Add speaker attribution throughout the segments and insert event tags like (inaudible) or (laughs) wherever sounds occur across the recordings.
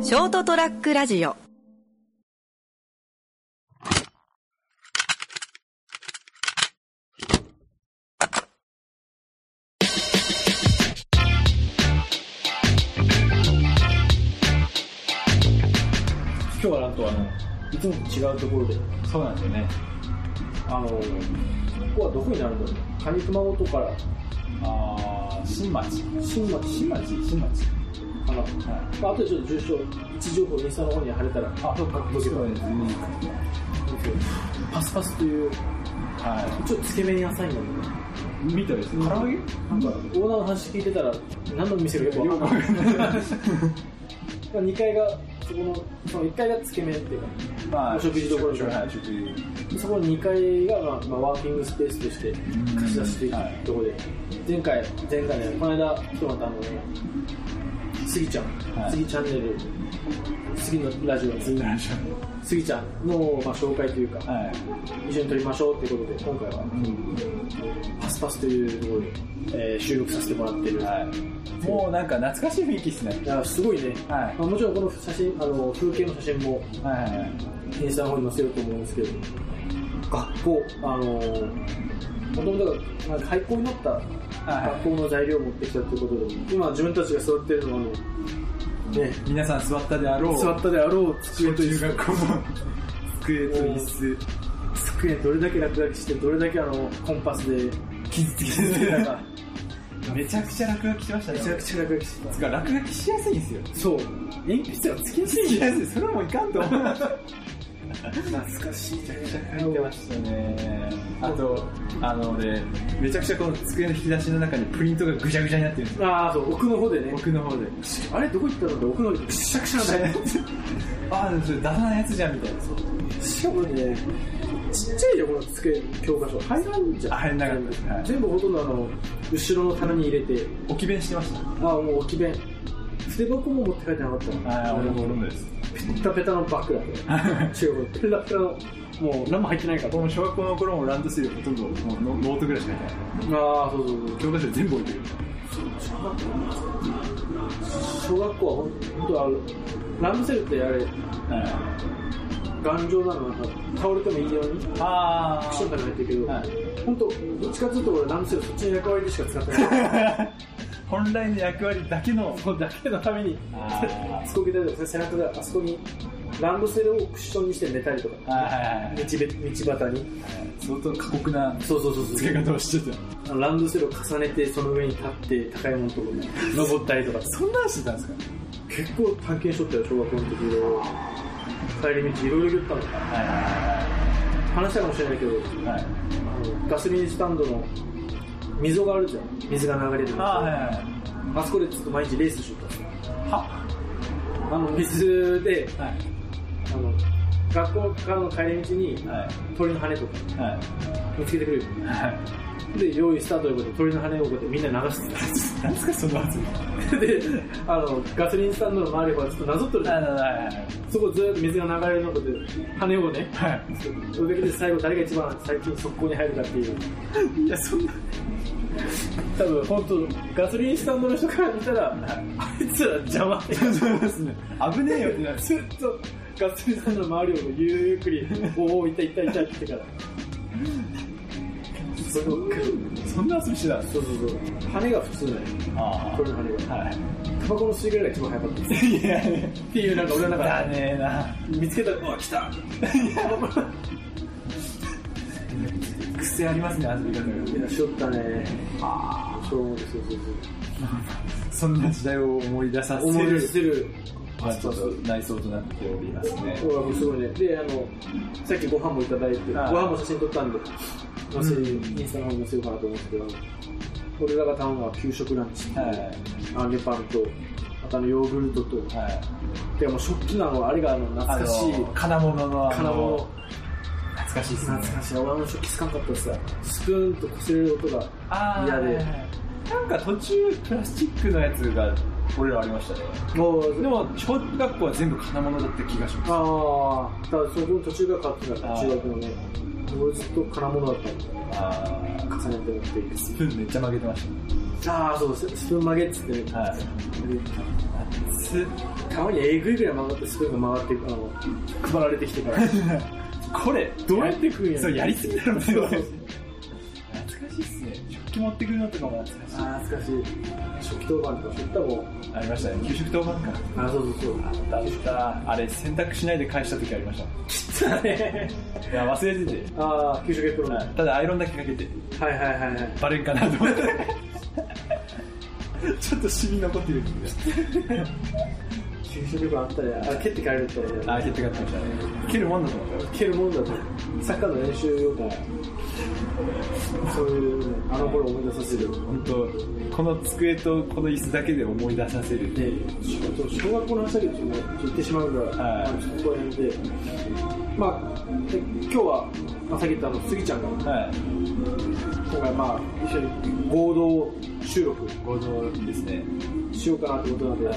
Speaker 1: ショートトラックラジオ
Speaker 2: 今日はなんとあのいつもと違うところで
Speaker 3: そうなんですよね。
Speaker 2: あのここはどこになるんだろう上熊本から
Speaker 3: ああ、新町。
Speaker 2: 新町
Speaker 3: 新町、新町。
Speaker 2: かな、
Speaker 3: は
Speaker 2: まあ、あとでちょっと住所位置情報インスタの方に貼れたら
Speaker 3: あ、そうか、そうですね。
Speaker 2: パスパスという
Speaker 3: は
Speaker 2: ちょっとつけ麺屋さんなんだ
Speaker 3: い。見たです。唐揚げ。
Speaker 2: なんかオーナーの話聞いてたら何の店かよくわか
Speaker 3: (laughs)
Speaker 2: んないまあ2階がそこのその1階がつけ麺っていうか
Speaker 3: ま
Speaker 2: お食事どころでし
Speaker 3: でし
Speaker 2: ょ
Speaker 3: ょ。はい、食事。
Speaker 2: そこの2階が、まあまあ、ワーキングスペースとして貸し出しているところで、前回、前回ね、この間来てもらったあの、スギちゃん、
Speaker 3: はい
Speaker 2: スギチャンネル、次のラジオの次の
Speaker 3: ラジ
Speaker 2: スギちゃんの、まあ、紹介というか、
Speaker 3: はい。
Speaker 2: 一緒に撮りましょうということで、今回はパスパスというところで、えー収録させてもらってる。
Speaker 3: はい。もうなんか懐かしい雰囲気ですね
Speaker 2: い。やすごいね、
Speaker 3: はい
Speaker 2: まあ、もちろんこの写真あの風景の写真も
Speaker 3: はいはいはい。
Speaker 2: インスタの方に載せようと思うんですけど、学校、あのもともとなんか廃校になった
Speaker 3: い
Speaker 2: 学校の材料を持ってきたということで、今自分たちが座ってるのはあの、ね、
Speaker 3: 皆さん座ったであろう。
Speaker 2: 座ったであろう机と
Speaker 3: 中
Speaker 2: 椅子
Speaker 3: 学校の机と椅子。
Speaker 2: 机どれだけ落書きして、どれだけあのコンパスで
Speaker 3: 傷つき
Speaker 2: 気づけたか、
Speaker 3: めちゃくちゃ落書きしましたね。
Speaker 2: めちゃくちゃ落書きして
Speaker 3: つうか落書きしやすいんですよ。
Speaker 2: た。そう、鉛筆がつきやすい
Speaker 3: しやすい。それはもういかんと思う。
Speaker 2: 懐かしいね。
Speaker 3: 書いてましたねあとあの俺めちゃくちゃこの机の引き出しの中にプリントがぐちゃぐちゃになってるんですよ
Speaker 2: ああ、そう、奥の方でね、
Speaker 3: 僕の方で
Speaker 2: あれどこ行ったのって奥の方でくしゃくしゃなんだよ。
Speaker 3: ああでもそれ出さないやつじゃんみたいな
Speaker 2: しかもね、ちっちゃいよ、この机、教科書。入らんじゃん。
Speaker 3: 入んなかったですはい
Speaker 2: 全部ほとんどあの、後ろの棚に入れて、
Speaker 3: 置き弁してまし
Speaker 2: あもう置き弁。筆箱も持って帰ってなかったの。
Speaker 3: た
Speaker 2: あの
Speaker 3: です
Speaker 2: ペタペタのバッグだった
Speaker 3: (laughs)
Speaker 2: よ。違う、ペラペラの、もう何も入ってないから。
Speaker 3: 僕も小学校の頃もランドセルほとんどもうノノートぐらいしか入ってない
Speaker 2: ああ、そうそうそう。
Speaker 3: 教科書全部置いてる
Speaker 2: 小学校はほんとあの、ランドセルってあれ、頑丈なの、なんか倒れてもいいように、ク
Speaker 3: あ
Speaker 2: ションから入ってるけど、
Speaker 3: はい
Speaker 2: ほんと、どっちかっていうと俺ランドセルそっちの役割でしか使ってない。
Speaker 3: 本来の役割だけの
Speaker 2: もうだけのために
Speaker 3: あー
Speaker 2: つこげたりとか背中であそこにランドセルをクッションにして寝たりとか
Speaker 3: はいはいはい
Speaker 2: 道べ道端に
Speaker 3: 相当過酷な
Speaker 2: そうそうそう
Speaker 3: 付け方をしてた
Speaker 2: うランドセルを重ねてその上に立って高いものとこに登ったりとか
Speaker 3: そんなんしてたんですか
Speaker 2: 結構探検しとったよ小学校の時いろいろ帰り道いろいろ言ったの
Speaker 3: はい
Speaker 2: 話したかもしれないけど
Speaker 3: はいはい
Speaker 2: あのガソリンスタンドの溝があるじゃん水が流れてる
Speaker 3: あーはいはいはい
Speaker 2: あそこでちょっと毎日レースしとったんですよ
Speaker 3: は
Speaker 2: あの水で
Speaker 3: はい
Speaker 2: あの学校からの帰り道に
Speaker 3: は
Speaker 2: 鳥の羽とか
Speaker 3: いは
Speaker 2: 見つけてくれる
Speaker 3: いはい
Speaker 2: で用意スタートということで鳥の羽をこうやってみんな流して
Speaker 3: 何ですかその圧あ
Speaker 2: たであのガソリンスタンドの周りをちょっとなぞっとるじゃん
Speaker 3: のはい
Speaker 2: そこずーっと水が流れるのことで羽をね
Speaker 3: は
Speaker 2: それだけで最後誰が一番最近速攻に入るかっていう
Speaker 3: いいやそんな
Speaker 2: 多分本当ガソリンスタンドの人から見たらあいつら邪魔って
Speaker 3: そうですね危ねえよってなる
Speaker 2: ずっとガソリンスタンドの周りをゆっくりおおいたいたいたって言
Speaker 3: (laughs)
Speaker 2: ってからそれを
Speaker 3: そんな遊びしてたんです
Speaker 2: そうそうそう羽が普通だよ
Speaker 3: あ
Speaker 2: 鳥の羽が
Speaker 3: は
Speaker 2: タバコの吸い殻が一番早かった
Speaker 3: いいやいや
Speaker 2: っていうなんか俺の中で
Speaker 3: だねえな
Speaker 2: 見つけたら、うわ、来 (laughs) た
Speaker 3: 癖ありますね遊び方
Speaker 2: いや、しょったね。ああ、そうそうそう
Speaker 3: がそんな時代を思い出さ
Speaker 2: そう。思い
Speaker 3: せ
Speaker 2: 出
Speaker 3: る
Speaker 2: してる。
Speaker 3: まあちょっと内装となっておりますね
Speaker 2: そうもうすごいね。で、あの、さっきご飯もいただいて、ご
Speaker 3: はい
Speaker 2: 飯も写真撮ったんで、載せ
Speaker 3: うん
Speaker 2: インスタの方に載せようかなと思うんですけど、俺らが頼んだのは給食ランチ。
Speaker 3: はい
Speaker 2: 揚げパンと、あとあのヨーグルトと、
Speaker 3: はい
Speaker 2: でもう食器なのはあれがあの
Speaker 3: あ
Speaker 2: 懐かしい、
Speaker 3: の金物のあ
Speaker 2: 金物
Speaker 3: の。懐かしいですね
Speaker 2: 懐かしい。俺はもう食器つかんかったですスプーンと擦れる音が
Speaker 3: あー
Speaker 2: 嫌で、
Speaker 3: なんか途中プラスチックのやつが俺らありましたね
Speaker 2: お
Speaker 3: でも小学校は全部金物だった気がします
Speaker 2: ああ、ただそこの途中が変わってたから、
Speaker 3: あー
Speaker 2: 中学のね。俺ずっと金物だったんだよ。
Speaker 3: あー
Speaker 2: 重ねて持っていく
Speaker 3: スプーンめっちゃ曲げてまし
Speaker 2: ああ、そうです。スプーン曲げっつってね。
Speaker 3: たはいす
Speaker 2: たまにえぐいぐらい曲がって、スプーンが曲がっていく、あの、配られてきてから。
Speaker 3: これ
Speaker 2: (laughs) どうやって食うんや
Speaker 3: そうやりすぎだろ
Speaker 2: (laughs) そうそうそう
Speaker 3: 懐かしいっすね食器持ってくるのとかも懐かしい
Speaker 2: ああ、懐かしい。食器当番とか、そういったもん。
Speaker 3: ありましたね給食当番か
Speaker 2: ああ、そうそうそう。
Speaker 3: あったあったあれ洗濯しないで返した時ありまし
Speaker 2: きた (laughs) ね。
Speaker 3: たいや忘れてて
Speaker 2: ああ、給食エプロン。はい
Speaker 3: ただアイロンだけかけて
Speaker 2: はいはいはい。
Speaker 3: バレるかなと思って (laughs) ちょっとシミ残ってるんです
Speaker 2: 給食エプロンあったね。あれ、蹴って帰るって言った
Speaker 3: あ
Speaker 2: ら
Speaker 3: ー
Speaker 2: ね。
Speaker 3: 減ってかってましたね蹴るもんだと思ったよ
Speaker 2: 蹴るもんだと。サッカーの練習用から。そういうね、あの頃思い出させる。
Speaker 3: 本当この机とこの椅子だけで思い出させる
Speaker 2: で、小学校の話だけど、ちょっと言ってしまうから、
Speaker 3: はい
Speaker 2: あのちょっとここら辺で、まあ、で今日は、まあ、さっき言ったあの、杉ちゃんが、
Speaker 3: はい
Speaker 2: 今回、まあ、一緒に合同収録
Speaker 3: 合同ですね
Speaker 2: しようかなってことなんで、
Speaker 3: はい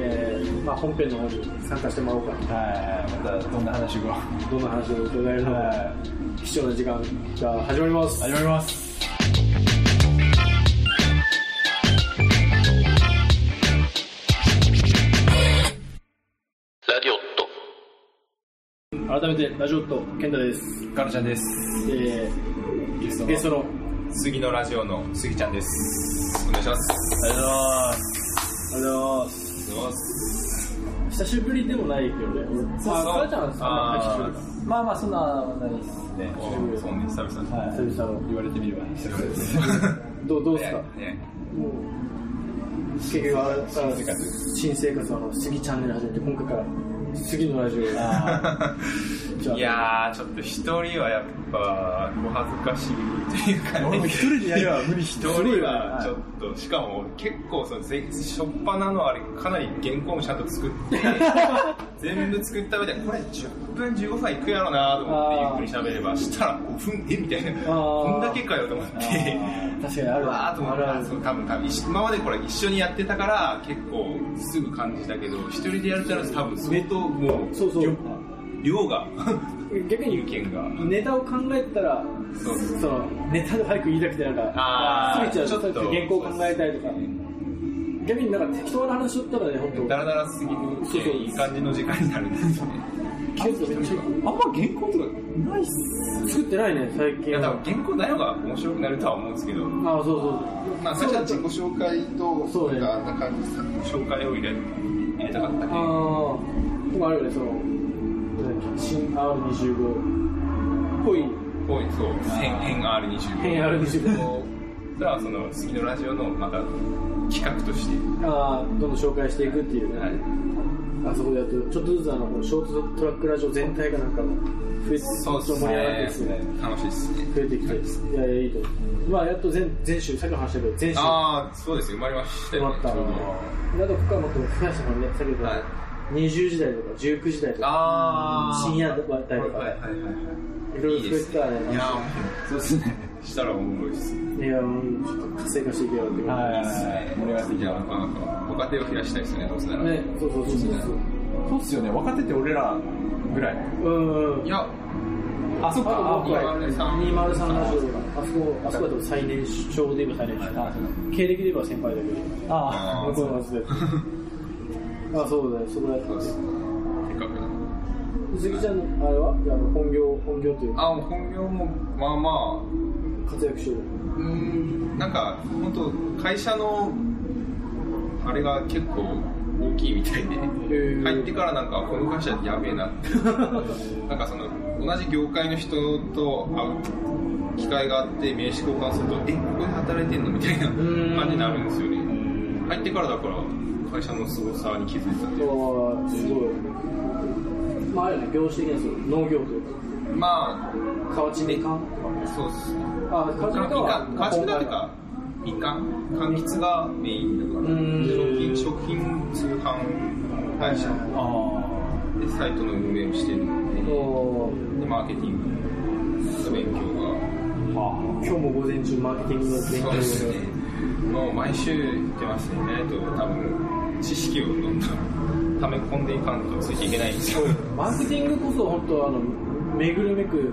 Speaker 2: えーまあ、本編の方に参加してもらおうかな、
Speaker 3: はいまたどんな話を
Speaker 2: どんな話を伺えるのか、
Speaker 3: はい
Speaker 2: 貴重な時間が始まります。
Speaker 3: 始まります
Speaker 1: ラディオット。
Speaker 2: 改めて、ラジオット、健太です。
Speaker 3: ガルちゃんです
Speaker 2: え
Speaker 3: ゲス
Speaker 2: ー、
Speaker 3: トの
Speaker 2: ゲストの、
Speaker 4: 杉のラジオの杉ちゃんです。お願いします。
Speaker 3: ありがとうございます
Speaker 2: あのー、
Speaker 4: お願いします。
Speaker 2: 久しぶりでもないけどね、
Speaker 3: そう
Speaker 2: あ、
Speaker 3: そう
Speaker 2: 母ちゃんはそんな久しぶりだ
Speaker 3: まあまあそんな話ないですね
Speaker 4: おそうね、久々
Speaker 3: はい
Speaker 2: 久々の
Speaker 3: 言われてみれば久々です
Speaker 2: どうどうですか、
Speaker 4: に。ね、
Speaker 2: もう結局あれあれ新生活はあの杉チャンネル始めて今回から杉のラジオ
Speaker 3: あ
Speaker 2: じゃあ
Speaker 4: いやー、ちょっと一人はやっぱ、お恥ずかしいというか、ね、
Speaker 3: 俺も一人でやるわ無理
Speaker 4: 一人はちょっと、しかも結構その、ぜしょっぱなのあれ、かなり原稿もちゃんと作って、全部作ったみたいな、これ10分15分いくやろなと思って、ゆっくり喋れば、したら5分、えみたいな、こんだけかよと思って。
Speaker 2: 確かにあ
Speaker 4: う
Speaker 2: る
Speaker 4: わーと思っ
Speaker 2: あるあ
Speaker 4: た
Speaker 2: る
Speaker 4: そう多分多分一緒今までこれ一緒にやってたから結構すぐ感じたけど一人でやると多分相当もう
Speaker 2: そうそう
Speaker 4: 量量が
Speaker 2: 逆
Speaker 4: 意
Speaker 2: に
Speaker 4: 見が
Speaker 2: ネタを考えたら
Speaker 4: そうそう
Speaker 2: そのネタで早く言いたくてなんか
Speaker 4: あー
Speaker 2: 杉ちゃん
Speaker 4: ちょっと
Speaker 2: 原稿を考えたりとか逆になんか適当な話しとったらね本
Speaker 4: だらだらすぎ
Speaker 2: そうそう
Speaker 4: るいい感じの時間になるんですよね
Speaker 2: 当季節がめっち
Speaker 3: あんま原稿とかないっす
Speaker 2: ゃ作ってないね最
Speaker 4: い
Speaker 2: 近
Speaker 4: や多
Speaker 2: あ
Speaker 4: 分原稿ないのが面白くなるとは思うんですけど
Speaker 2: あそうそう
Speaker 4: まあ
Speaker 5: 最
Speaker 4: 最
Speaker 5: 初は自
Speaker 4: 初は自
Speaker 5: 己
Speaker 4: 己
Speaker 5: 紹介と
Speaker 2: そうね
Speaker 5: なんかあんな感じです
Speaker 4: 紹介を入れ入れたかったけ
Speaker 2: あ
Speaker 4: ど
Speaker 2: あでもあるよねそのなんだっけ新 R25 っぽい
Speaker 4: こういうそう変変 R25
Speaker 2: 変 R25
Speaker 4: それはその次のラジオのまた企画として
Speaker 2: あーどんどん紹介していくっていうね、
Speaker 4: はい
Speaker 2: あそこでやってるちょっとずつあのこのショートトラックラジオ全体がなんか増えて
Speaker 4: そうで
Speaker 2: ち
Speaker 4: す
Speaker 2: ょっと盛り上がって
Speaker 4: ね
Speaker 2: きて、ね、。
Speaker 4: 楽しいですね。
Speaker 2: 増えてきていやいやいいと思うまあやっと全全週さっきの話だけど全週終
Speaker 4: ああ、そうですよ。生まれましたよ
Speaker 2: わ
Speaker 4: ね。
Speaker 2: った
Speaker 4: ちょう
Speaker 2: であと深もっと深谷さんのねさっきの、
Speaker 4: どはい。
Speaker 2: 20時代とか19時代とか
Speaker 4: ああ。
Speaker 2: 深夜帯とか
Speaker 4: はいはいはい
Speaker 2: ろ
Speaker 4: い。
Speaker 2: い
Speaker 4: い
Speaker 2: ろ
Speaker 4: いで
Speaker 2: 増え
Speaker 4: す
Speaker 2: て
Speaker 4: ね。い
Speaker 2: たらね
Speaker 4: や
Speaker 3: そうですね
Speaker 4: ー、したらおもろいです。いい
Speaker 2: いやもうちょっと活性化していけようってこと
Speaker 4: ですね。
Speaker 3: 盛り上がっていき
Speaker 4: いや、な
Speaker 3: ま
Speaker 4: かなか、ご家庭を増やしたいですね、どうせなら。
Speaker 2: ねそうそうそうそう
Speaker 3: すそうっすよね若手って俺らぐらい
Speaker 2: うんうん
Speaker 4: いや、
Speaker 3: あそっ
Speaker 2: あと
Speaker 3: か
Speaker 2: 僕は203ラジオとかあそこあそこだと最年少で言えば最年
Speaker 3: あそう
Speaker 2: 少経歴で言えば先輩だけど
Speaker 3: ああ
Speaker 4: あ
Speaker 2: あ、
Speaker 4: ー
Speaker 2: そうなんですよ。あ、そうだよ、そこだ
Speaker 4: そう
Speaker 2: っ
Speaker 4: です。せっかくだ。
Speaker 2: た。鈴木ちゃん、あれは、あの本業、本業というか、
Speaker 4: あ、もう本業も、まあまあ、
Speaker 2: 活躍してる。
Speaker 4: うーんなんか本当会社のあれが結構大きいみたいで
Speaker 2: ー
Speaker 4: 入ってからなんかこの会社やべえなって (laughs) なんかその同じ業界の人と会う機会があって名刺交換するとえここで働いてんのみたいな
Speaker 2: ーん
Speaker 4: 感じになるんですよね入ってからだから会社の凄さに気づいたという
Speaker 2: ああ、すごい。まあ、あれね、業種的にはそう、農業という
Speaker 4: ま
Speaker 2: か、河内みかんとかね
Speaker 4: あ。そうっすね
Speaker 2: あ、河内みかんは、
Speaker 4: カチだってか、みかん、柑橘がメインだか
Speaker 2: う
Speaker 4: ら、
Speaker 2: ん
Speaker 4: 食品、食品通販会社
Speaker 3: ああ
Speaker 4: でサイトの運営をしてる
Speaker 2: 本
Speaker 4: の
Speaker 2: 番お
Speaker 4: で、でマーケティングの勉強が、
Speaker 2: ー今日も午前中、マーケティングの勉強
Speaker 4: そうですね、もう毎週行ってますよねと多分知識をどんどん溜め込んでいかんとついていけないんですよ
Speaker 2: マーケティングこそ本当あの巡るめく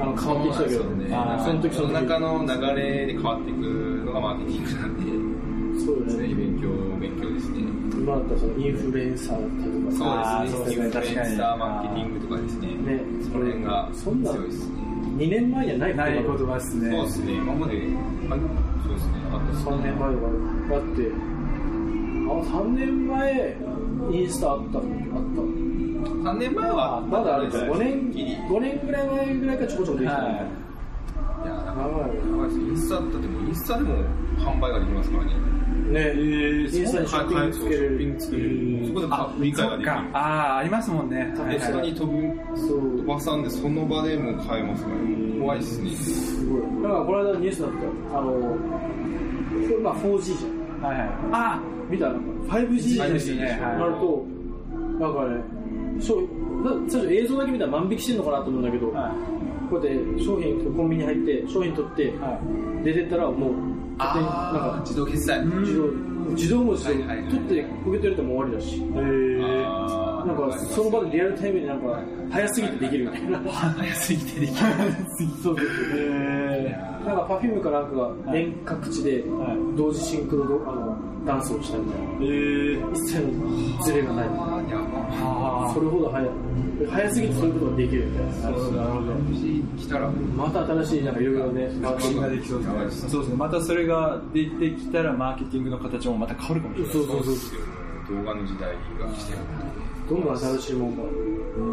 Speaker 2: あの変わってきたけど
Speaker 4: そうなんですよね
Speaker 2: あーその時
Speaker 4: その中
Speaker 2: 中
Speaker 4: の流れで変わっていくのがマーケティングなんで
Speaker 2: そうだ
Speaker 4: 常
Speaker 2: ね
Speaker 4: に勉強勉強ですね
Speaker 2: 今だったらそのインフルエンサーと
Speaker 4: そ
Speaker 2: か
Speaker 4: うですね
Speaker 3: そうですね
Speaker 4: インフルエンサーマーケティングとかですね
Speaker 2: ね
Speaker 4: その辺が
Speaker 2: そんな
Speaker 4: 強いですね
Speaker 2: 2年前じゃない
Speaker 3: ない言
Speaker 2: と
Speaker 3: 葉ですね。
Speaker 4: そうですね今まで、まあ、そうですねあったっすね
Speaker 2: 3年前はだってあ3年前インスタあったのあった
Speaker 4: 3年前は
Speaker 2: まだあるん
Speaker 4: じ
Speaker 2: で
Speaker 4: ゃ
Speaker 2: す
Speaker 4: ない
Speaker 2: 5年
Speaker 4: ギリいや
Speaker 2: 5年ぐらい前ぐらいからちょこちょこできたの、
Speaker 3: は
Speaker 4: だから
Speaker 2: やばいよ
Speaker 4: やばいですインスタだってもうインスタでも販売ができますからね
Speaker 2: ね、インスタにショッピングつけれ
Speaker 4: ショッピング
Speaker 2: る
Speaker 4: つけれるそこで
Speaker 3: い。
Speaker 4: 買う理解ができ
Speaker 3: そっかああ、ありますもんね。
Speaker 2: そうか
Speaker 3: はい
Speaker 4: る
Speaker 3: はい
Speaker 4: で下に飛ぶ
Speaker 2: そう
Speaker 4: 挟んでその場でもう買えますからね怖いっすね
Speaker 2: すごいだからこの間ニュースだったあのこれまあ 4G じゃん
Speaker 3: はいはい。あ
Speaker 2: 見たらなんか 5G
Speaker 3: ですねはい
Speaker 2: なるとなんかね商品な最初映像だけ見たら万引きしてんのかなと思うんだけど、
Speaker 3: あ、は
Speaker 2: こうやって商品コンビニに入って商品取って
Speaker 3: い。はい。
Speaker 2: 出てったらもう勝手になん
Speaker 4: あー
Speaker 2: か
Speaker 4: 自動決済
Speaker 3: ん
Speaker 2: 自動自動文字で
Speaker 4: はいはいはい
Speaker 2: 取ってポケット入れても終わりだし
Speaker 3: えー。
Speaker 4: あー
Speaker 2: なんかその場でリアルタイムになんか早すぎてできるみたいな。
Speaker 4: 早すぎてできる
Speaker 2: そうそうそう。なんかパフュームかなんかが遠隔地で
Speaker 3: はい
Speaker 2: 同時シンクロどあのダンスをしたみたいな。
Speaker 3: えー。
Speaker 2: 一切のズレがない。
Speaker 4: あーやば
Speaker 3: あ
Speaker 2: それほど早い。早すぎてそういうことができるみたいな。
Speaker 3: あ、なるほど、なるほど。
Speaker 4: 来たら
Speaker 2: また新しいなんかいろいろね、
Speaker 3: 革新ができそうですね。そうですね。またそれが出てきたら、マーケティングの形もまた変わるかもしれない。
Speaker 2: そうそうそう
Speaker 4: っすよ動画の時代が来てる
Speaker 2: どんどん新しいもの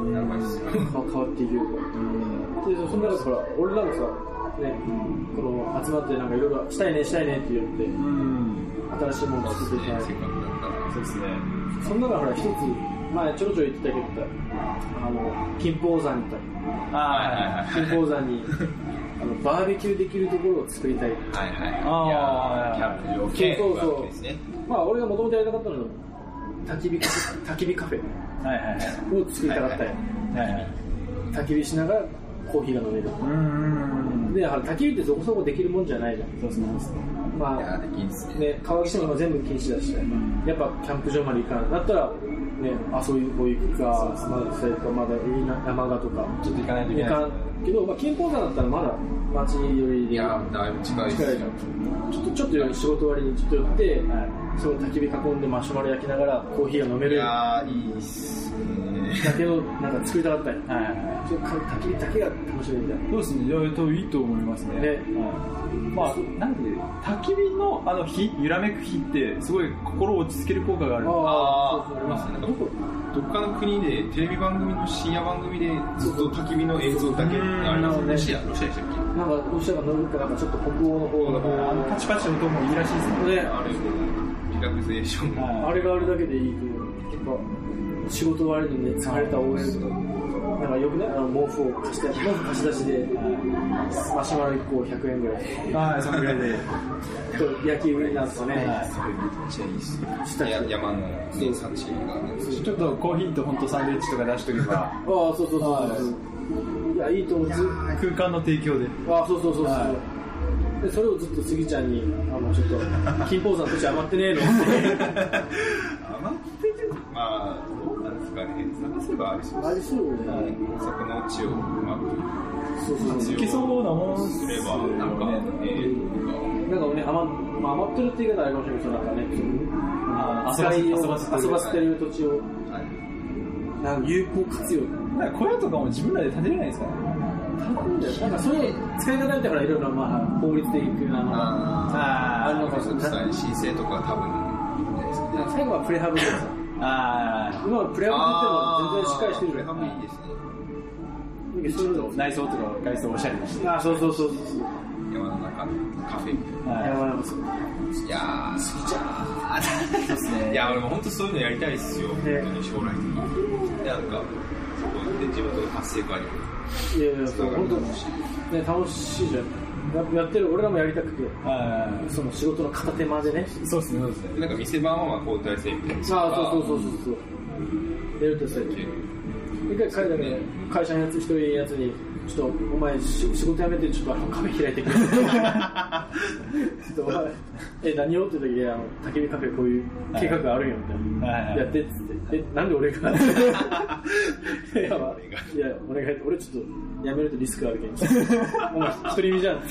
Speaker 2: が
Speaker 4: やばいっすよ
Speaker 2: まあ変わっていけるから。で、その中でほら、俺らもさ、ね、この集まってなんかいろいろしたいねしたいねって言って、
Speaker 3: うん。
Speaker 2: 新しいものを
Speaker 4: そうっす
Speaker 2: 作っ
Speaker 4: ね
Speaker 2: ていかない
Speaker 4: せっかくだったら
Speaker 3: そうですね。
Speaker 2: そんな中ほら一つ前ちょろちょろ言ってたけどあの金峰山に行っ
Speaker 3: あ
Speaker 2: た金峰山にあのバーベキューできるところを作りたい
Speaker 4: はいはい
Speaker 3: あー
Speaker 4: いやーキャンプ場系
Speaker 2: そうそうそう
Speaker 4: ワークですね
Speaker 2: まあ俺がもともとやりたかったのは焚き火カフェ焚き火カフ
Speaker 3: あ。はいはいはい。
Speaker 2: ェを作りたかったんよ
Speaker 3: はいはい。
Speaker 2: 焚き火しながらコーヒーが飲める
Speaker 3: うんうんうん。
Speaker 2: でだから焚き火ってそこそこできるもんじゃないじゃん
Speaker 3: そうですね。そうですね
Speaker 2: ま
Speaker 4: いや
Speaker 2: あ
Speaker 4: ーできんっすね
Speaker 2: ね川岸島が全部禁止だしやっぱキャンプ場まで行かないだったらね遊びこ行くかまだそれとまだ山賀とか
Speaker 3: ちょっと行かないとい
Speaker 2: い
Speaker 3: けない
Speaker 2: かんけど、まあ、金峰山だったらまだ町寄り
Speaker 4: い
Speaker 2: で
Speaker 4: やーだいぶ近いっす
Speaker 2: 近い
Speaker 4: よ
Speaker 2: じゃんちょっとちょっと夜仕事終わりにちょっと寄って、
Speaker 3: はい
Speaker 2: その焚き火囲んでマシュマロ焼きながらコーヒーが飲め
Speaker 4: い
Speaker 2: るだ
Speaker 4: やーいいっすね
Speaker 2: けのなんか作りたかったんよ
Speaker 3: はいは
Speaker 2: ちょっと焚き火だけが楽しめるみたい
Speaker 3: い。そうですね。いや、多分いいと思いますね。
Speaker 2: ね
Speaker 3: はい。まあ、なんで、焚き火のあの火、揺らめく火って、すごい心を落ち着ける効果がある。
Speaker 2: な
Speaker 4: あ
Speaker 2: ー
Speaker 4: ーありますねなんか
Speaker 2: どこ
Speaker 4: どっかの国でテレビ番組の深夜番組でずっと焚き火の映像だけ
Speaker 3: うん
Speaker 4: あれ
Speaker 2: なるほどね
Speaker 4: ロシアロシアでしたっけ
Speaker 2: なんかロシアが乗るかなんかちょっと北欧の方の
Speaker 4: 北欧の
Speaker 3: あのパチパチの音もいいらしいですね。
Speaker 2: ね
Speaker 4: あれリラクゼーション
Speaker 3: はい
Speaker 2: あれがあるだけでいいと思うやっぱ仕事終わりにね疲れた OL とかなんかよくねあの毛布を貸して毛布貸し出しでマシュマロ1個100円ぐらい
Speaker 3: はい、そのぐらいで。
Speaker 2: と焼きウインナーとかね、
Speaker 4: それめっちゃいいっす
Speaker 2: した
Speaker 4: ね
Speaker 2: り
Speaker 4: や山の原産地がね
Speaker 3: ちょっとコーヒーと本当サンドイッチとか出しとけば、
Speaker 2: ああそうそうそうそういやいいと思うず
Speaker 3: 空間の提供で。
Speaker 2: ああそうそうそうそう、
Speaker 3: は
Speaker 2: でそれをずっと杉ちゃんにあのちょっと金峰山土地余ってねえのって
Speaker 4: 甘くてでもまあどうなんですかね探せばありそう
Speaker 2: ありそうね
Speaker 4: 大阪の地をうまく
Speaker 2: (laughs) そうそうそ
Speaker 3: いけそうなもん
Speaker 4: すればなんかえーなんか
Speaker 2: うなんかね余,、まあ、余ってるって言い方あれかもしれないけどなんかね
Speaker 3: あー
Speaker 2: 使い
Speaker 3: 遊
Speaker 2: を
Speaker 3: ばせて
Speaker 2: 遊ばせて
Speaker 3: る。
Speaker 2: る土地を
Speaker 4: はい
Speaker 2: なんか有効活用
Speaker 3: なんか小屋とかも自分らで建てれないですか
Speaker 2: なんかそういう使い方だったからいろいろまあ法律的なのが
Speaker 4: あ
Speaker 3: あ
Speaker 2: あるの
Speaker 4: あ
Speaker 2: かもしれ
Speaker 4: 国
Speaker 2: ない
Speaker 4: 際申請とか多分いいんじゃないですかね
Speaker 2: 最後はプレハブでさ
Speaker 3: あ
Speaker 2: 今のプレハブって言っても全然しっかりしてる
Speaker 4: プ
Speaker 2: じ
Speaker 4: レ
Speaker 2: ゃん
Speaker 4: ハブいいですね
Speaker 2: でそういうの
Speaker 3: 内装とか外装おしゃれだし。
Speaker 2: あそうそうそうそう
Speaker 4: 山の中のカフェ
Speaker 2: やばいもんそう
Speaker 4: いやー好きじゃ
Speaker 3: です
Speaker 4: ん
Speaker 3: ね
Speaker 4: いや俺も本当そういうのやりたいっすよ本当
Speaker 2: ね
Speaker 4: に将来的になんかそこで自分との達成感に
Speaker 2: いやいや、そう
Speaker 4: そう
Speaker 2: 本当ね、楽しいじゃん。ややってる、俺らもやりたくて、
Speaker 3: はい
Speaker 2: その仕事の片手間でね。
Speaker 3: そうですね、そうですね。
Speaker 4: なんか店番はまあ交代制みたいな
Speaker 2: ああ、そうそうそうそうそう。やるとしたら一回彼だけ、会社のやつ、一人やつに、ちょっとお前し仕事辞めてちょっとあのカフェ開いて
Speaker 3: (laughs)
Speaker 2: くれちょっとお前え何をって時であの焚き火カフェこういう計画があるんよみたいな、
Speaker 3: はいはい
Speaker 2: やってっつってえなんで俺
Speaker 3: (laughs)
Speaker 2: がいや,、まあ、いやお願いって俺ちょっと辞めるとリスクあるけん
Speaker 3: (laughs)
Speaker 2: お前独り身じゃんって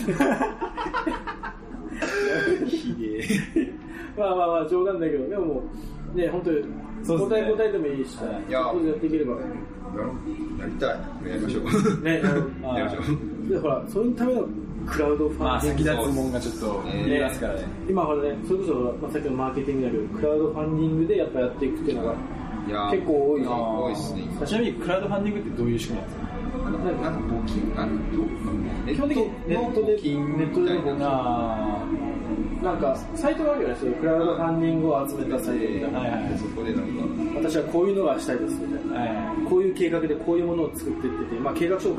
Speaker 3: ひでえ。
Speaker 2: まあまあまあ冗談だけどでももうね本当に
Speaker 3: そうっすね
Speaker 2: 答え答えてもいいし、
Speaker 3: はい
Speaker 2: い、やっていければ
Speaker 4: やりたい。やりましょう。
Speaker 2: ねあの
Speaker 3: まあ
Speaker 4: やりましょう。
Speaker 2: でほらそういうためのクラウドフ
Speaker 3: ま
Speaker 2: ァ
Speaker 3: あ、
Speaker 2: ンディン
Speaker 3: 先
Speaker 2: グ
Speaker 3: 立つもんがちょっと見えますからね。
Speaker 2: 今ほらねそれこそほら、まあ、さっきのマーケティングだけどクラウドファンディングでやっぱやっていくっていうのが
Speaker 4: (laughs) いや
Speaker 2: 結構多いな
Speaker 4: 多いっすね。
Speaker 3: ちなみに、クラウドファンディングってどういう仕組みなんですか
Speaker 4: なんか募金あの
Speaker 2: 基本的にネットでネットでの募金
Speaker 3: あ
Speaker 2: なんかサイトがあるよねそういうクラウドファンディングを集めたサイトみたいな、
Speaker 3: はいはい
Speaker 4: そこでなんか
Speaker 2: 私はこういうのがしたいですみたい
Speaker 3: あ、
Speaker 2: な
Speaker 3: はいはい。
Speaker 2: こういう計画でこういうものを作っていってて、まあ、計画書を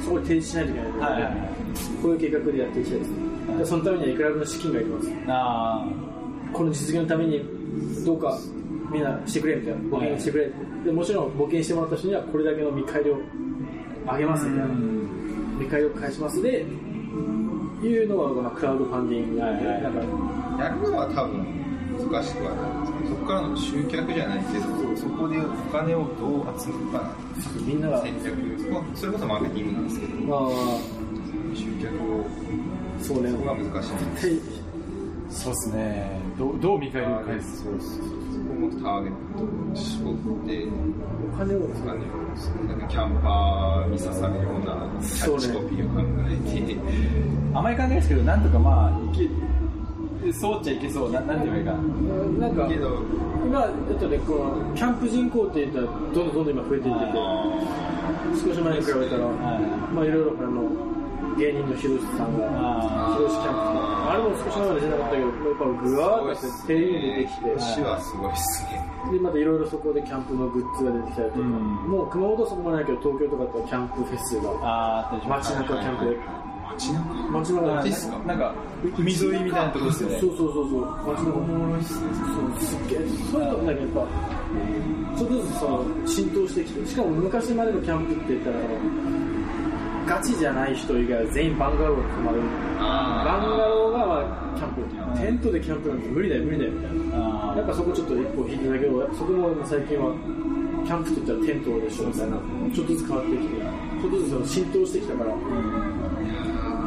Speaker 2: そこに提示しないといけないので、
Speaker 3: はいはいはい
Speaker 2: こういう計画でやっていきたいです、でそのためにはいくらぐらいの資金がいります
Speaker 3: あ
Speaker 2: この実現のためにどうかみんなしてくれみたいな募金してくれって、でもちろん募金してもらった人にはこれだけの見返りをあげますみたいな、見返りを返しますでいうのがまあクラウドファンディングで、
Speaker 3: はいはい
Speaker 2: なんか
Speaker 4: やるのは多分難しくはないですけどそこからの集客じゃないけどそこでお金をどう集めるか
Speaker 2: みんな
Speaker 4: な
Speaker 2: が
Speaker 4: 戦略まあそれこそマーケティングなんですけど
Speaker 2: まあ
Speaker 4: 集客を
Speaker 2: そうね
Speaker 4: そこが難しいんです
Speaker 2: はい
Speaker 3: そうっすね。どう、どう見返りを返す
Speaker 4: そうですそこもターゲットを絞って
Speaker 2: お金を
Speaker 4: お金をなんかキャンパーに刺さるようなキャッチコピーを考えて、
Speaker 3: 甘い考えですけど、なんとかまあ、いけ、そうっちゃいけそう。ななんて言えばいい
Speaker 2: なんか
Speaker 4: けど
Speaker 2: 今えっとねこのキャンプ人口っていったらどんどんどんどん今増えていってて少し前に比べたら、
Speaker 3: か。はい。
Speaker 2: まあいろいろあの芸人のひろしさんが
Speaker 3: あ
Speaker 2: 広島キャンプあれも少し前まで出なかったけど、やっぱぐわーっとして、テレビに出てきて、
Speaker 4: 死はすごいっすね
Speaker 2: で、またいろいろそこでキャンプのグッズが出てきたりとか、
Speaker 3: うん
Speaker 2: もう熊本はそこまでないけど、東京とかだったらキャンプフェス
Speaker 3: あ、
Speaker 2: が、
Speaker 3: ああ、大丈
Speaker 2: 街中キャンプで、
Speaker 4: 街中
Speaker 2: 街中
Speaker 3: 夫。
Speaker 2: で、
Speaker 4: すか
Speaker 3: なんか、海沿いみたいなとこですよね
Speaker 2: そう。そうそうそう、街中で、そう、すっげえ、そういうのなんかやっぱ、ちょっとずつその浸透してきて、しかも昔までのキャンプって言ったら、ガチじゃない人以外は全員バンガローに泊まる。バンガローがまあキャンプ、テントでキャンプなんて無理だよ無理だよみたいな。
Speaker 3: あ
Speaker 2: なんかそこちょっと一歩引いてたけど、そこも最近は、キャンプって言ったらテントでしょみたいな、ちょっとずつ変わってきて、ちょっとずつその浸透してきたから、い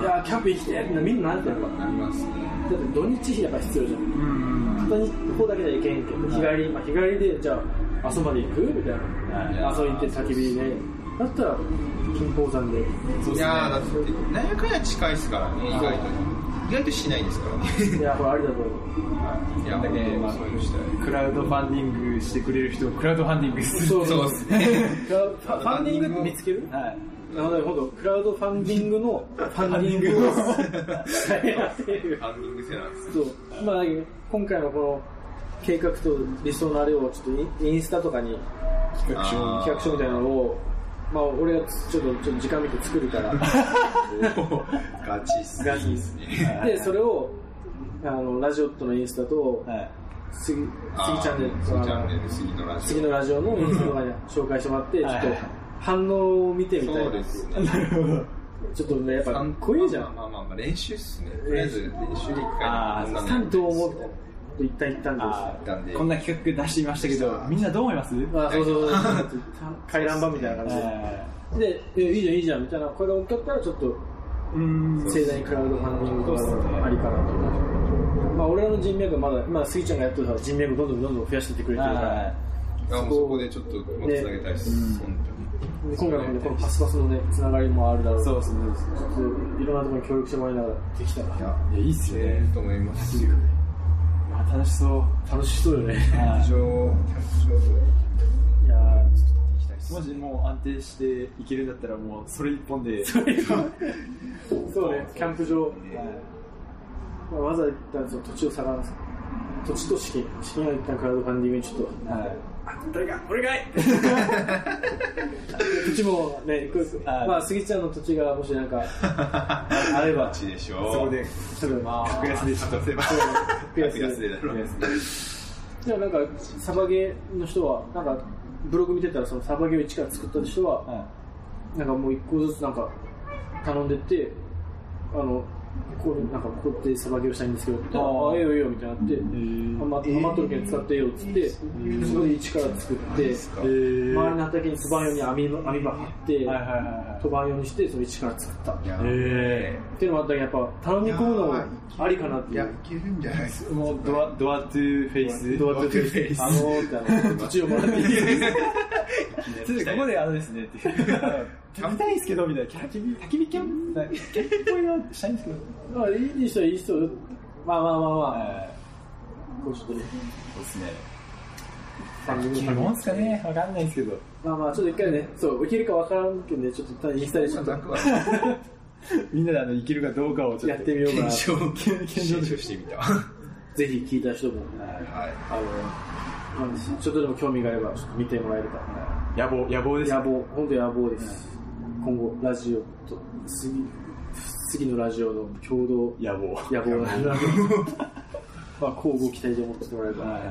Speaker 2: やー、キャンプ行きてーってみんななんてやるから、
Speaker 4: ありますね
Speaker 2: だって土日やっぱ必要じゃ。
Speaker 3: うんん。
Speaker 2: 片方だけじゃいけんけど、日帰り、まあ、日帰りで、じゃあ、朝まで行くみたいな、
Speaker 3: はい
Speaker 2: 朝行って焚き火で、だったら、金峰山で、
Speaker 3: そうっす
Speaker 4: い
Speaker 3: ね。
Speaker 4: やーだって何やかんや近いっすからね意外と意外としないですからね
Speaker 2: いや、これありだと思う。
Speaker 4: いや
Speaker 3: だけどまあ
Speaker 4: そういうのしたい
Speaker 3: クラウドファンディングしてくれる人をクラウドファンディングする。
Speaker 2: そう
Speaker 4: そうですね
Speaker 2: クラウファファンディングって見つける
Speaker 3: はい。
Speaker 2: なので、ほんと、クラウドファンディングのファンディングをしたいなっていう。
Speaker 4: ハンディングセラーです
Speaker 2: そう、まあ、今回のこの計画と理想のあれをちょっとインインスタとかに
Speaker 3: 企画書。
Speaker 4: あー
Speaker 2: 企画書みたいなのを、まあ、俺がちょっとちょっと時間見て作る
Speaker 4: (laughs)
Speaker 2: から、
Speaker 4: ガチっす
Speaker 2: ガチっす
Speaker 4: ね
Speaker 2: で、それをあのラジオットのインスタと、
Speaker 3: はい。
Speaker 2: 杉杉チャンネル
Speaker 4: ス
Speaker 2: と
Speaker 4: ギチ
Speaker 2: か
Speaker 4: ャンネル次のラジ
Speaker 2: 次のラジオのインスタとかに紹介してもらって、ちょ
Speaker 3: は
Speaker 2: っ
Speaker 3: い
Speaker 2: と反応を見て
Speaker 4: オ
Speaker 2: みた
Speaker 4: そう
Speaker 2: いな
Speaker 4: で。すね
Speaker 3: なるほど。
Speaker 2: ちょっとね、やっぱ、こういうじゃん。
Speaker 4: まあまあまあまあ練習っすねとりあえず練習で一回
Speaker 3: あー
Speaker 4: こんな
Speaker 2: 担
Speaker 4: の
Speaker 2: 当を一旦一旦です。
Speaker 3: あーこんな企画出してみましたけど、みんなどう思います
Speaker 2: まあ、そうそうそう。回覧板みたいな感
Speaker 3: は
Speaker 2: じで。で、えいいじゃん、いいじゃん、みたいな声が多かったら、ちょっと、
Speaker 3: いうん。
Speaker 2: 盛大にクラウドファンディングとかありかなと思う。まあ、俺らの人脈はまだ、まあ、スギちゃんがやってるから人脈どんどんどんどん増やしていってくれてるから、
Speaker 4: あもうそこでちょっともうつなげたいっす
Speaker 3: ね
Speaker 4: 本
Speaker 2: で今回のねこのパスパスのね、つながりもあるだろう。
Speaker 3: そうですね。
Speaker 2: ちょっといろんなところに協力してもらいながらできた
Speaker 4: 当にい
Speaker 2: ら、
Speaker 4: や
Speaker 3: いや、いいっす
Speaker 4: え
Speaker 3: ね。
Speaker 4: えと思います非
Speaker 3: まあ、楽しそう。
Speaker 2: 楽しそうよね。
Speaker 3: はい
Speaker 4: 常非常
Speaker 2: いや
Speaker 4: 行きたいっす
Speaker 3: もしもう安定していけるんだったら、もうそれ一本で。
Speaker 2: ーそうね、キャンプ場、
Speaker 3: はい
Speaker 2: まあわざわざ一旦その土地を探す。土地と資金、資金は一旦クラウドファンディングにちょっと
Speaker 3: はい。
Speaker 2: 誰か、俺かい (laughs) 土地もね、行く
Speaker 3: はい
Speaker 2: まあ、杉ちゃんの土地がもしなん (laughs) か、あれば
Speaker 4: ガ、チでしょ
Speaker 3: そこで、
Speaker 2: 多分、
Speaker 3: まあ、格安でちょっと。
Speaker 4: 出せば
Speaker 2: 格安で
Speaker 4: 格安でだろ
Speaker 3: 格安で
Speaker 2: でもなんか、サバゲーの人は、なんか、ブログ見てたら、そのサバゲーを一から作った人は、
Speaker 3: は
Speaker 2: なんかもう一個ずつなんか頼んでって、あの、これなんかこうやってさばきをしたいんですけどって言ったら、ああ、ええよええよみたいになって、余っ余っとるけん使ってよっつって、そこで一から作って、
Speaker 3: えー
Speaker 2: 周りの畑につばんように網ば網ば張って、
Speaker 3: はいはいは
Speaker 2: 飛ばんようにして、その一から作った。っ
Speaker 5: いや
Speaker 3: いはい。え
Speaker 2: ていうのもあったけど、やっぱ頼み込むのもありかなって
Speaker 5: い
Speaker 2: い。
Speaker 5: やいうけるんじゃ
Speaker 2: (laughs)
Speaker 5: ないです
Speaker 3: ー
Speaker 5: か
Speaker 3: もうドア、ドアトゥーフェイス。
Speaker 2: どうやって
Speaker 5: ドアトゥフェイス
Speaker 2: あのーってあの、土地をもらっていいですか
Speaker 3: ちょっとここであれですねって。食べたいんですけど、みたいな。焚き火、焚き火キャンプ焚き火っぽいな、したいんですけど。
Speaker 2: まあいい人はいい人。まあまあまあま
Speaker 3: は
Speaker 2: あ、もうちょっとね、
Speaker 3: い。そうですね。
Speaker 2: 番組
Speaker 3: 基本ですかね、わかんないですけど。
Speaker 2: まあまあ、ちょっと一回ね、そう、いけるかわからんけどね、ちょっと一旦インスタでちょっと
Speaker 4: なくは
Speaker 3: みんなであの、いけるかどうかをちょっと。
Speaker 2: やってみようかな
Speaker 4: 検。
Speaker 2: (laughs)
Speaker 4: 証検証してみたは
Speaker 2: ぜひ聞いた人も、
Speaker 4: い
Speaker 2: あの、なんですちょっとでも興味があれば、ちょっと見てもらえるか。
Speaker 3: 野望、野望ですね
Speaker 2: 野望、本当野望です。今後、ラジオと、次、次のラジオの共同
Speaker 3: 野望。
Speaker 2: 野
Speaker 4: (laughs)
Speaker 2: 望なまあ、交互期待で思ってもらえれば、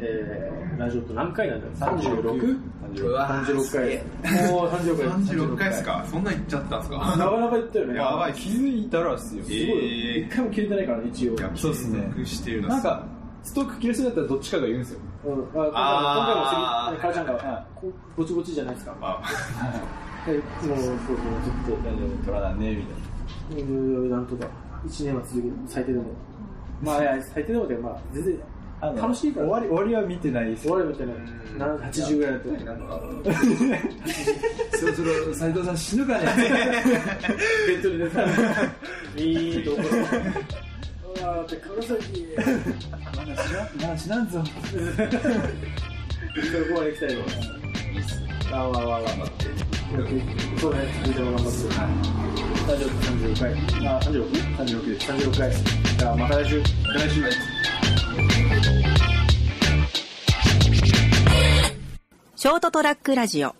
Speaker 2: えー、ラジオと何回なんだろう ?36?36
Speaker 4: うわー
Speaker 2: 回。もう36回。
Speaker 4: 36回ですかそんな言っちゃったんです
Speaker 2: なか
Speaker 4: か
Speaker 2: なか言ったよね。
Speaker 4: やばい
Speaker 3: 気づいたらっすよ。
Speaker 2: すごいよ。
Speaker 4: えー
Speaker 2: 一回も切れてないからね、一応。
Speaker 4: いや
Speaker 3: そうっすね
Speaker 4: 記録してるの
Speaker 3: なんか、ストック切れそうだったらどっちかが言うんですよ。
Speaker 2: うん、あ今回も、今回
Speaker 4: あー
Speaker 2: も、かちゃんが
Speaker 3: は、
Speaker 2: こぼちぼちじゃないですか。
Speaker 4: まあ
Speaker 2: はい、もう、そうそう、ちょっ
Speaker 3: 大丈夫、取らないね、みたいな。
Speaker 2: と、うん、なんとか、1年は続ける、最低でも。まあ、いや、最低でもで、まあ、全然、
Speaker 3: あの
Speaker 2: 楽しいから
Speaker 3: 終わり、終わりは見てないです
Speaker 2: 終
Speaker 3: よ。
Speaker 2: わればじゃない、80ぐらいだと。
Speaker 4: なんか
Speaker 3: そろそろ斉藤さん死ぬかね。
Speaker 2: ベッドに寝たら、いいところ。うわーって、黒崎、
Speaker 3: まだ死な、まだ死なんぞ。
Speaker 2: そこまで行きたいの。あわあわあわ。そうね、続いても頑張って。大丈夫、36回。あ、36?
Speaker 3: 36です。
Speaker 2: 36回。じゃあ、また来週。
Speaker 3: 来週。
Speaker 6: ショートトラックラジオ